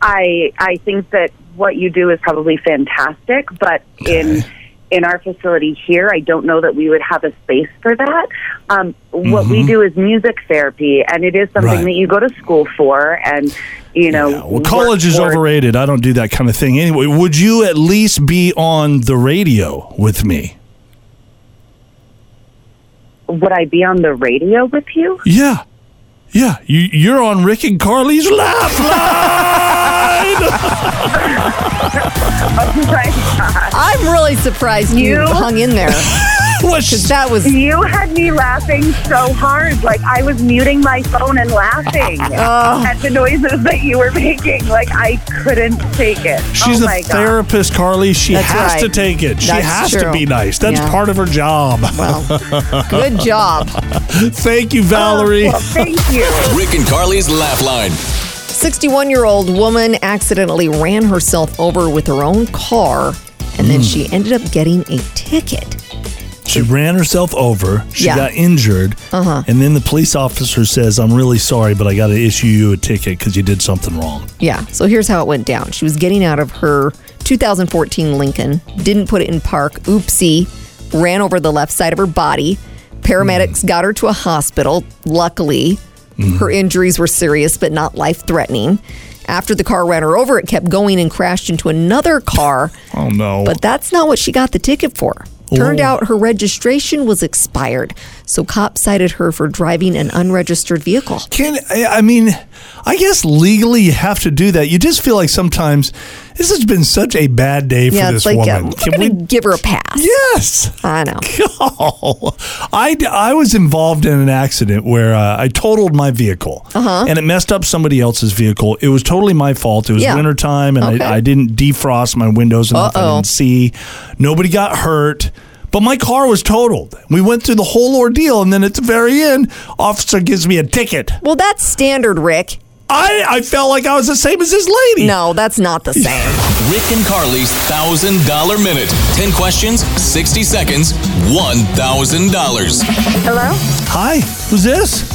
[SPEAKER 8] I I think that what you do is probably fantastic, but in in our facility here, I don't know that we would have a space for that. Um, what we do is music therapy, and it is something
[SPEAKER 5] Mm-hmm. Right.
[SPEAKER 8] that you go to school for, and you know,
[SPEAKER 5] Well,
[SPEAKER 8] work
[SPEAKER 5] college is
[SPEAKER 8] towards.
[SPEAKER 5] overrated. I don't do that kind of thing anyway. Would you at least be on the radio with me?
[SPEAKER 8] Would I be on the radio with you? [laughs]
[SPEAKER 5] Yeah. Yeah. You, you're on Rick and Carly's [laughs] Laugh Line.
[SPEAKER 6] I'm really surprised you,
[SPEAKER 8] You?
[SPEAKER 6] hung in there. 'cause
[SPEAKER 5] What's
[SPEAKER 6] That
[SPEAKER 5] [laughs]
[SPEAKER 6] was.
[SPEAKER 8] You had me laughing so hard. Like, I was muting my phone
[SPEAKER 5] [laughs]
[SPEAKER 8] and laughing
[SPEAKER 5] Oh.
[SPEAKER 8] at the noises that you were making. Like, I couldn't take it.
[SPEAKER 5] She's
[SPEAKER 8] oh
[SPEAKER 5] a
[SPEAKER 8] my God.
[SPEAKER 5] therapist, Carly. She
[SPEAKER 6] That's
[SPEAKER 5] has
[SPEAKER 6] right.
[SPEAKER 5] to take it. She
[SPEAKER 6] That's
[SPEAKER 5] has to
[SPEAKER 6] true.
[SPEAKER 5] be nice. That's
[SPEAKER 6] Yeah.
[SPEAKER 5] part of her job.
[SPEAKER 6] Well, good job.
[SPEAKER 5] [laughs] Thank you,
[SPEAKER 6] Oh,
[SPEAKER 5] Valerie.
[SPEAKER 8] Well, thank you.
[SPEAKER 4] Rick and Carly's Laugh Line.
[SPEAKER 6] 61 year old woman accidentally ran
[SPEAKER 5] Hmm.
[SPEAKER 6] herself over with her own car, and then she ended up getting a ticket.
[SPEAKER 5] She ran herself over. She
[SPEAKER 6] Yeah.
[SPEAKER 5] got injured. Uh-huh. And then the police officer says, I'm really sorry, but I got to issue you a ticket because you did something wrong.
[SPEAKER 6] Yeah. So here's how it went down. She was getting out of her 2014 Lincoln, didn't put it in park. Oopsie. Ran over the left side of her body. Paramedics got her to a hospital. Luckily, her injuries were serious but not life threatening. After the car ran her over, it kept going and crashed into another car.
[SPEAKER 5] Oh, no.
[SPEAKER 6] But that's not what she got the ticket for. Turned
[SPEAKER 5] Ooh.
[SPEAKER 6] out her registration was expired, so cops cited her for driving an unregistered vehicle.
[SPEAKER 5] Can I I mean, I guess legally you have to do that. You just feel like sometimes this has been such a bad day for
[SPEAKER 6] yeah,
[SPEAKER 5] this
[SPEAKER 6] it's like uh,
[SPEAKER 5] woman.
[SPEAKER 6] we're gonna give her a pass.
[SPEAKER 5] Yes.
[SPEAKER 6] I know.
[SPEAKER 5] Oh, [laughs] I, I was involved in an accident where uh, I totaled my vehicle
[SPEAKER 6] Uh-huh.
[SPEAKER 5] and it messed up somebody else's vehicle. It was totally my fault. It was
[SPEAKER 6] Yeah.
[SPEAKER 5] wintertime and
[SPEAKER 6] Okay.
[SPEAKER 5] I, I didn't defrost my windows enough. I
[SPEAKER 6] Uh-oh.
[SPEAKER 5] didn't see. Nobody got hurt. But my car was totaled. We went through the whole ordeal, and then at the very end, officer gives me a ticket.
[SPEAKER 6] Well, that's standard, Rick.
[SPEAKER 5] I, I felt like I was the same as this lady.
[SPEAKER 6] No, that's not the same.
[SPEAKER 4] Rick and Carly's $1,000 minute. 10 questions, 60 seconds, $1,000.
[SPEAKER 9] Hello?
[SPEAKER 5] Hi, who's this?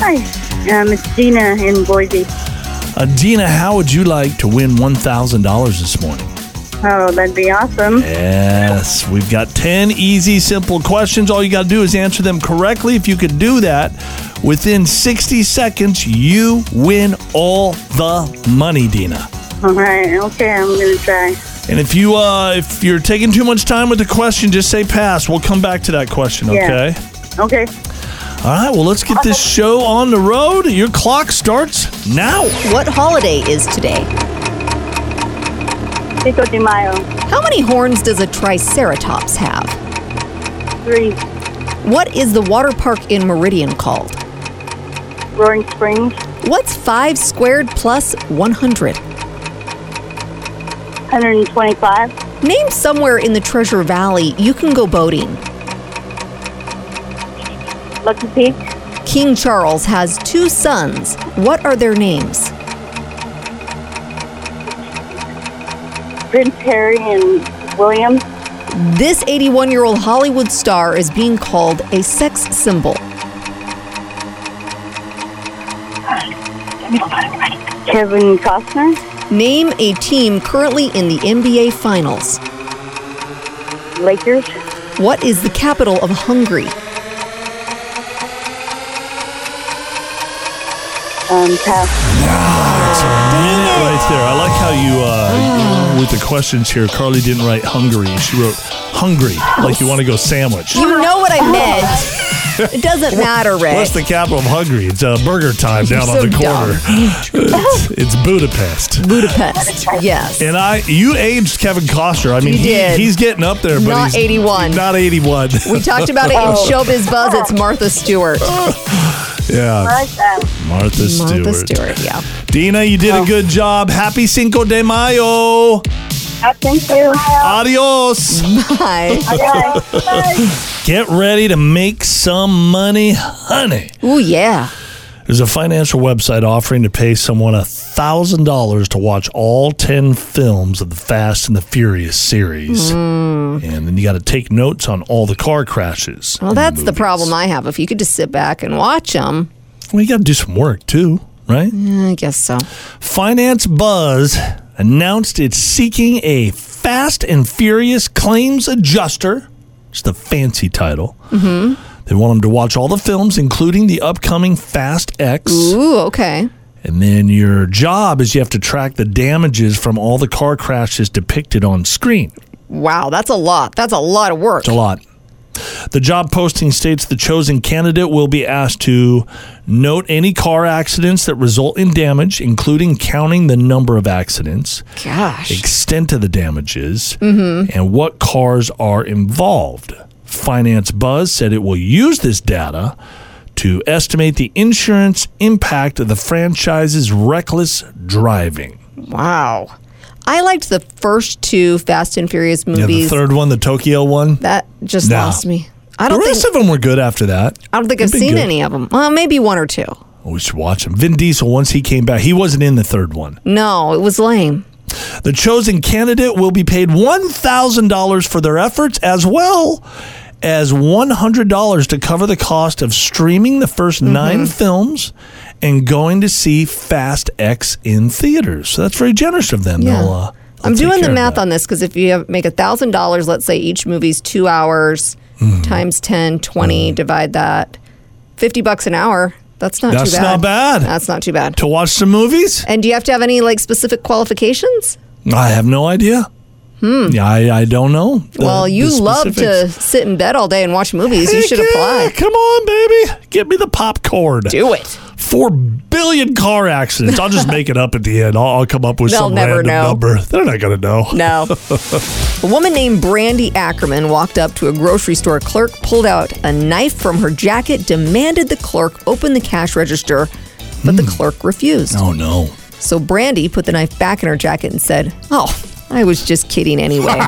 [SPEAKER 9] Hi. Um, it's Gina in Boise.
[SPEAKER 5] Adina, Uh, how would you like to win $1,000 this morning?
[SPEAKER 9] Oh, that'd be awesome.
[SPEAKER 5] Yes, we've got 10 easy, simple questions. All you got to do is answer them correctly. If you could do that within 60 seconds, you win all the money, Dina.
[SPEAKER 9] All right. Okay, I'm going to try.
[SPEAKER 5] And if you uh, if you're taking too much time with the question, just say pass. We'll come back to that question,
[SPEAKER 9] Yeah.
[SPEAKER 5] okay?
[SPEAKER 9] Okay.
[SPEAKER 5] All right, well, let's get this show on the road. Your clock starts now.
[SPEAKER 6] [laughs] What holiday is today?
[SPEAKER 9] Pico de Mayo.
[SPEAKER 6] How many horns does a triceratops have?
[SPEAKER 9] Three.
[SPEAKER 6] What is the water park in Meridian called?
[SPEAKER 9] Roaring Springs.
[SPEAKER 6] What's 5 squared plus 100?
[SPEAKER 9] 125.
[SPEAKER 6] Name somewhere in the Treasure Valley you can go boating.
[SPEAKER 9] Lucky Peak.
[SPEAKER 6] King Charles has two sons. What are their names?
[SPEAKER 9] Prince Harry and William.
[SPEAKER 6] This 81 year old Hollywood star is being called a sex symbol.
[SPEAKER 9] Kevin Costner.
[SPEAKER 6] Name a team currently in the NBA Finals.
[SPEAKER 9] Lakers.
[SPEAKER 6] What is the capital of Hungary?
[SPEAKER 9] Um, pass.
[SPEAKER 5] Minute right there. I like how you, uh, with the questions here, Carly didn't write Hungary. She wrote hungry, like you want to go sandwich.
[SPEAKER 6] You know
[SPEAKER 9] [laughs]
[SPEAKER 6] what I meant. It doesn't matter, Rick.
[SPEAKER 5] What's the capital of Hungary? It's uh, burger time down
[SPEAKER 6] You're
[SPEAKER 5] on the
[SPEAKER 6] so
[SPEAKER 5] corner. it's, it's Budapest.
[SPEAKER 6] Budapest. Yes.
[SPEAKER 5] And I, you aged Kevin Costner. I mean,
[SPEAKER 6] You
[SPEAKER 5] he,
[SPEAKER 6] did.
[SPEAKER 5] he's getting up there, but
[SPEAKER 6] Not
[SPEAKER 5] he's
[SPEAKER 6] 81.
[SPEAKER 5] Not 81.
[SPEAKER 6] We talked about it in
[SPEAKER 9] Oh.
[SPEAKER 6] Showbiz Buzz. It's Martha
[SPEAKER 5] [laughs]
[SPEAKER 6] Stewart.
[SPEAKER 5] yeah,
[SPEAKER 9] Like that.
[SPEAKER 5] Martha Stewart.
[SPEAKER 6] Martha Stewart, Oh. yeah.
[SPEAKER 5] Dina, you did a good job. Happy Cinco de Mayo.
[SPEAKER 9] I thank you.
[SPEAKER 5] Adios.
[SPEAKER 6] Mm-hmm. Hi.
[SPEAKER 9] [laughs] Bye. Bye.
[SPEAKER 5] Get ready to make some money, honey.
[SPEAKER 6] Ooh, yeah.
[SPEAKER 5] There's a financial website offering to pay someone $1,000 to watch all 10 films of the Fast and the Furious series. And then you got to take notes on all the car crashes.
[SPEAKER 6] Hmm. Well, that's the problem I have. If you could just sit back and watch them,
[SPEAKER 5] Well, you got to do some work too, right?
[SPEAKER 6] I guess so.
[SPEAKER 5] Finance Buzz announced it's seeking a Fast and Furious claims adjuster. It's the fancy title. Mm-hmm. They want them to watch all the films, including the upcoming Fast X.
[SPEAKER 6] Ooh, okay.
[SPEAKER 5] And then your job is you have to track the damages from all the car crashes depicted on screen.
[SPEAKER 6] Wow, that's a lot. That's a lot of work.
[SPEAKER 5] It's a lot. The job posting states the chosen candidate will be asked to note any car accidents that result in damage, including counting the number of accidents, eh,
[SPEAKER 6] Gosh.
[SPEAKER 5] extent of the damages, and what cars are involved. Finance Buzz said it will use this data to estimate the insurance impact of the franchise's reckless driving.
[SPEAKER 6] Wow. I liked the first two Fast and Furious
[SPEAKER 5] Yeah, the
[SPEAKER 6] movies.
[SPEAKER 5] third one, the Tokyo one.
[SPEAKER 6] that just
[SPEAKER 5] Nah.
[SPEAKER 6] lost me. I
[SPEAKER 5] The
[SPEAKER 6] don't
[SPEAKER 5] rest
[SPEAKER 6] think
[SPEAKER 5] of them were good after that.
[SPEAKER 6] I don't think I've
[SPEAKER 5] they've been
[SPEAKER 6] seen
[SPEAKER 5] good. Oh,
[SPEAKER 6] any of them. Well, maybe one or two.
[SPEAKER 5] We should watch him. Vin Diesel, once he came back, he wasn't in the third one.
[SPEAKER 6] No, it was lame.
[SPEAKER 5] The chosen candidate will be paid $1,000 for their efforts as well as $100 to cover the cost of streaming the 1st
[SPEAKER 6] Mm-hmm.
[SPEAKER 5] nine films and going to see Fast X in theaters. So that's very generous of them. They'll, uh, they'll
[SPEAKER 6] I'm
[SPEAKER 5] take
[SPEAKER 6] doing the
[SPEAKER 5] care of
[SPEAKER 6] math
[SPEAKER 5] that.
[SPEAKER 6] on this because if you have, make a thousand dollars, let's say each movie's two hours
[SPEAKER 5] Hmm.
[SPEAKER 6] times 10, 20, divide that, fifty bucks an hour. That's not
[SPEAKER 5] That's
[SPEAKER 6] too bad.
[SPEAKER 5] not bad.
[SPEAKER 6] That's not too bad.
[SPEAKER 5] To watch some movies?
[SPEAKER 6] And do you have to have any like specific qualifications?
[SPEAKER 5] I have no idea. Hmm. Yeah, I, I don't know. the-
[SPEAKER 6] well,
[SPEAKER 5] the
[SPEAKER 6] you love to
[SPEAKER 5] specifics.
[SPEAKER 6] sit in bed all day and watch movies. you
[SPEAKER 5] Heck
[SPEAKER 6] should
[SPEAKER 5] yeah, [laughs]
[SPEAKER 6] apply.
[SPEAKER 5] Come on, baby. Get me the popcorn.
[SPEAKER 6] Do it.
[SPEAKER 5] Four billion car accidents. I'll just make it up at the end. I'll, I'll come up with
[SPEAKER 6] They'll
[SPEAKER 5] some
[SPEAKER 6] never
[SPEAKER 5] random
[SPEAKER 6] know.
[SPEAKER 5] number. They're not going to know.
[SPEAKER 6] No. [laughs] a woman named Brandy Ackerman walked up to a grocery store clerk, pulled out a knife from her jacket, demanded the clerk open the cash register, but the clerk refused.
[SPEAKER 5] Oh, Hmm. no.
[SPEAKER 6] So Brandy put the knife back in her jacket and said, Oh, I was just
[SPEAKER 5] [laughs]
[SPEAKER 6] kidding anyway.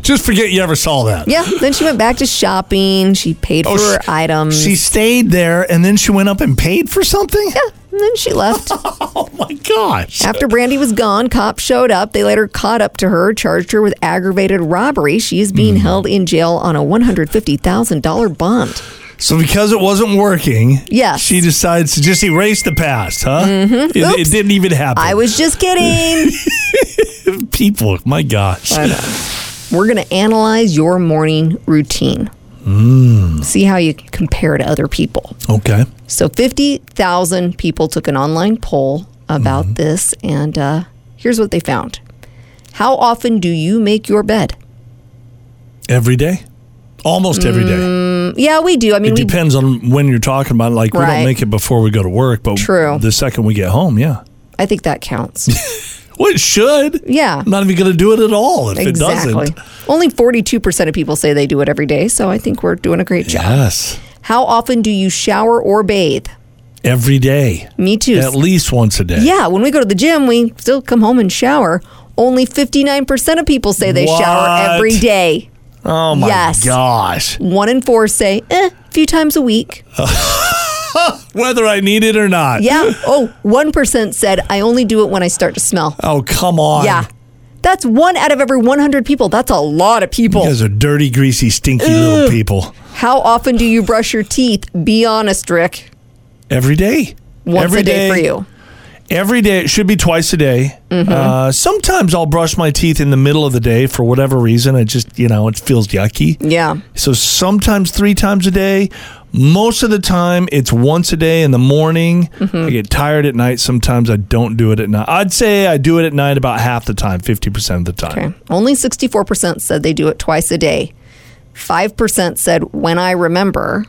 [SPEAKER 5] Just forget you ever saw that.
[SPEAKER 6] yeah. Then she went back to shopping. She paid for her items.
[SPEAKER 5] Oh, She stayed there and then she went up and paid for something?
[SPEAKER 6] yeah. And then she left.
[SPEAKER 5] Oh, my gosh.
[SPEAKER 6] After Brandy was gone, cops showed up. They later caught up to her, charged her with aggravated robbery. She is being held in jail on a $150,000 bond.
[SPEAKER 5] So because it wasn't working,
[SPEAKER 6] Yes.
[SPEAKER 5] she decides to just erase the past, huh? Mm-hmm. It, it
[SPEAKER 6] Oops.
[SPEAKER 5] didn't even happen.
[SPEAKER 6] I was just kidding.
[SPEAKER 5] people. My gosh.
[SPEAKER 6] We're going to analyze your morning routine. See how you compare to other people.
[SPEAKER 5] Okay.
[SPEAKER 6] So 50,000 people took an online poll about this, and uh, here's what they found. How often do you make your bed?
[SPEAKER 5] Every day. Almost every day.
[SPEAKER 6] Yeah, we do. I mean,
[SPEAKER 5] It
[SPEAKER 6] Mm. we
[SPEAKER 5] depends on when you're talking about. it. Like we don't
[SPEAKER 6] Right.
[SPEAKER 5] make it before we go to work, but
[SPEAKER 6] True.
[SPEAKER 5] the second we get home, yeah.
[SPEAKER 6] I think that counts.
[SPEAKER 5] Well, it should.
[SPEAKER 6] Yeah.
[SPEAKER 5] I'm not even going to do it at all if
[SPEAKER 6] exactly.
[SPEAKER 5] it doesn't.
[SPEAKER 6] Only 42% of people say they do it every day, so I think we're doing a great job.
[SPEAKER 5] Yes.
[SPEAKER 6] How often do you shower or bathe?
[SPEAKER 5] Every day.
[SPEAKER 6] Me too.
[SPEAKER 5] At least once a day.
[SPEAKER 6] Yeah, when we go to the gym, we still come home and shower. Only 59% of people say they
[SPEAKER 5] What?
[SPEAKER 6] shower every day.
[SPEAKER 5] Oh my
[SPEAKER 6] Yes.
[SPEAKER 5] gosh.
[SPEAKER 6] One in four say, eh, a few times a week.
[SPEAKER 5] Whether I need it or not. [laughs]
[SPEAKER 6] Yeah. Oh, 1% said, I only do it when I start to smell.
[SPEAKER 5] Oh, come on.
[SPEAKER 6] Yeah. That's one out of every 100 people. That's a lot of people.
[SPEAKER 5] You guys are dirty, greasy, stinky little people.
[SPEAKER 6] How often do you brush your teeth? Be honest, Rick.
[SPEAKER 5] Every day.
[SPEAKER 6] Once
[SPEAKER 5] Every
[SPEAKER 6] a day, for
[SPEAKER 5] day.
[SPEAKER 6] you.
[SPEAKER 5] every day it should be twice a day
[SPEAKER 6] Mm-hmm.
[SPEAKER 5] uh, sometimes i'll brush my teeth in the middle of the day for whatever reason it just you know it feels yucky
[SPEAKER 6] Yeah.
[SPEAKER 5] so sometimes three times a day most of the time it's once a day in the morning
[SPEAKER 6] Mm-hmm.
[SPEAKER 5] i get tired at night sometimes i don't do it at night i'd say i do it at night about half the time 50% of the time
[SPEAKER 6] Okay. Only 64% said they do it twice a day. 5% said, when I remember.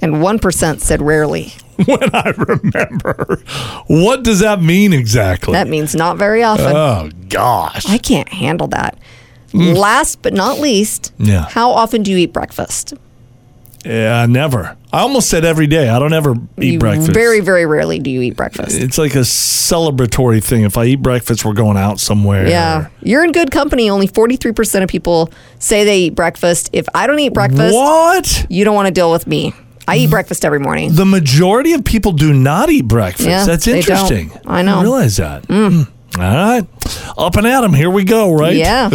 [SPEAKER 6] And 1% said, rarely.
[SPEAKER 5] when i remember what does that mean exactly
[SPEAKER 6] That means not very often.
[SPEAKER 5] oh gosh
[SPEAKER 6] I can't handle that. Last but not least,
[SPEAKER 5] mm. Yeah.
[SPEAKER 6] how often do you eat breakfast?
[SPEAKER 5] yeah never i almost said every day i don't ever eat
[SPEAKER 6] You
[SPEAKER 5] breakfast
[SPEAKER 6] Very, very rarely do you eat breakfast.
[SPEAKER 5] It's like a celebratory thing. If I eat breakfast, we're going out somewhere.
[SPEAKER 6] Yeah. You're in good company. Only 43% of people say they eat breakfast. If I don't eat breakfast,
[SPEAKER 5] What?
[SPEAKER 6] you don't want to deal with me. I eat breakfast every morning.
[SPEAKER 5] The majority of people do not eat breakfast.
[SPEAKER 6] Yeah,
[SPEAKER 5] That's
[SPEAKER 6] they don't.
[SPEAKER 5] interesting.
[SPEAKER 6] I know.
[SPEAKER 5] didn't realize that. Mm. All right. Up and at 'em. Here we go, right?
[SPEAKER 6] Yeah.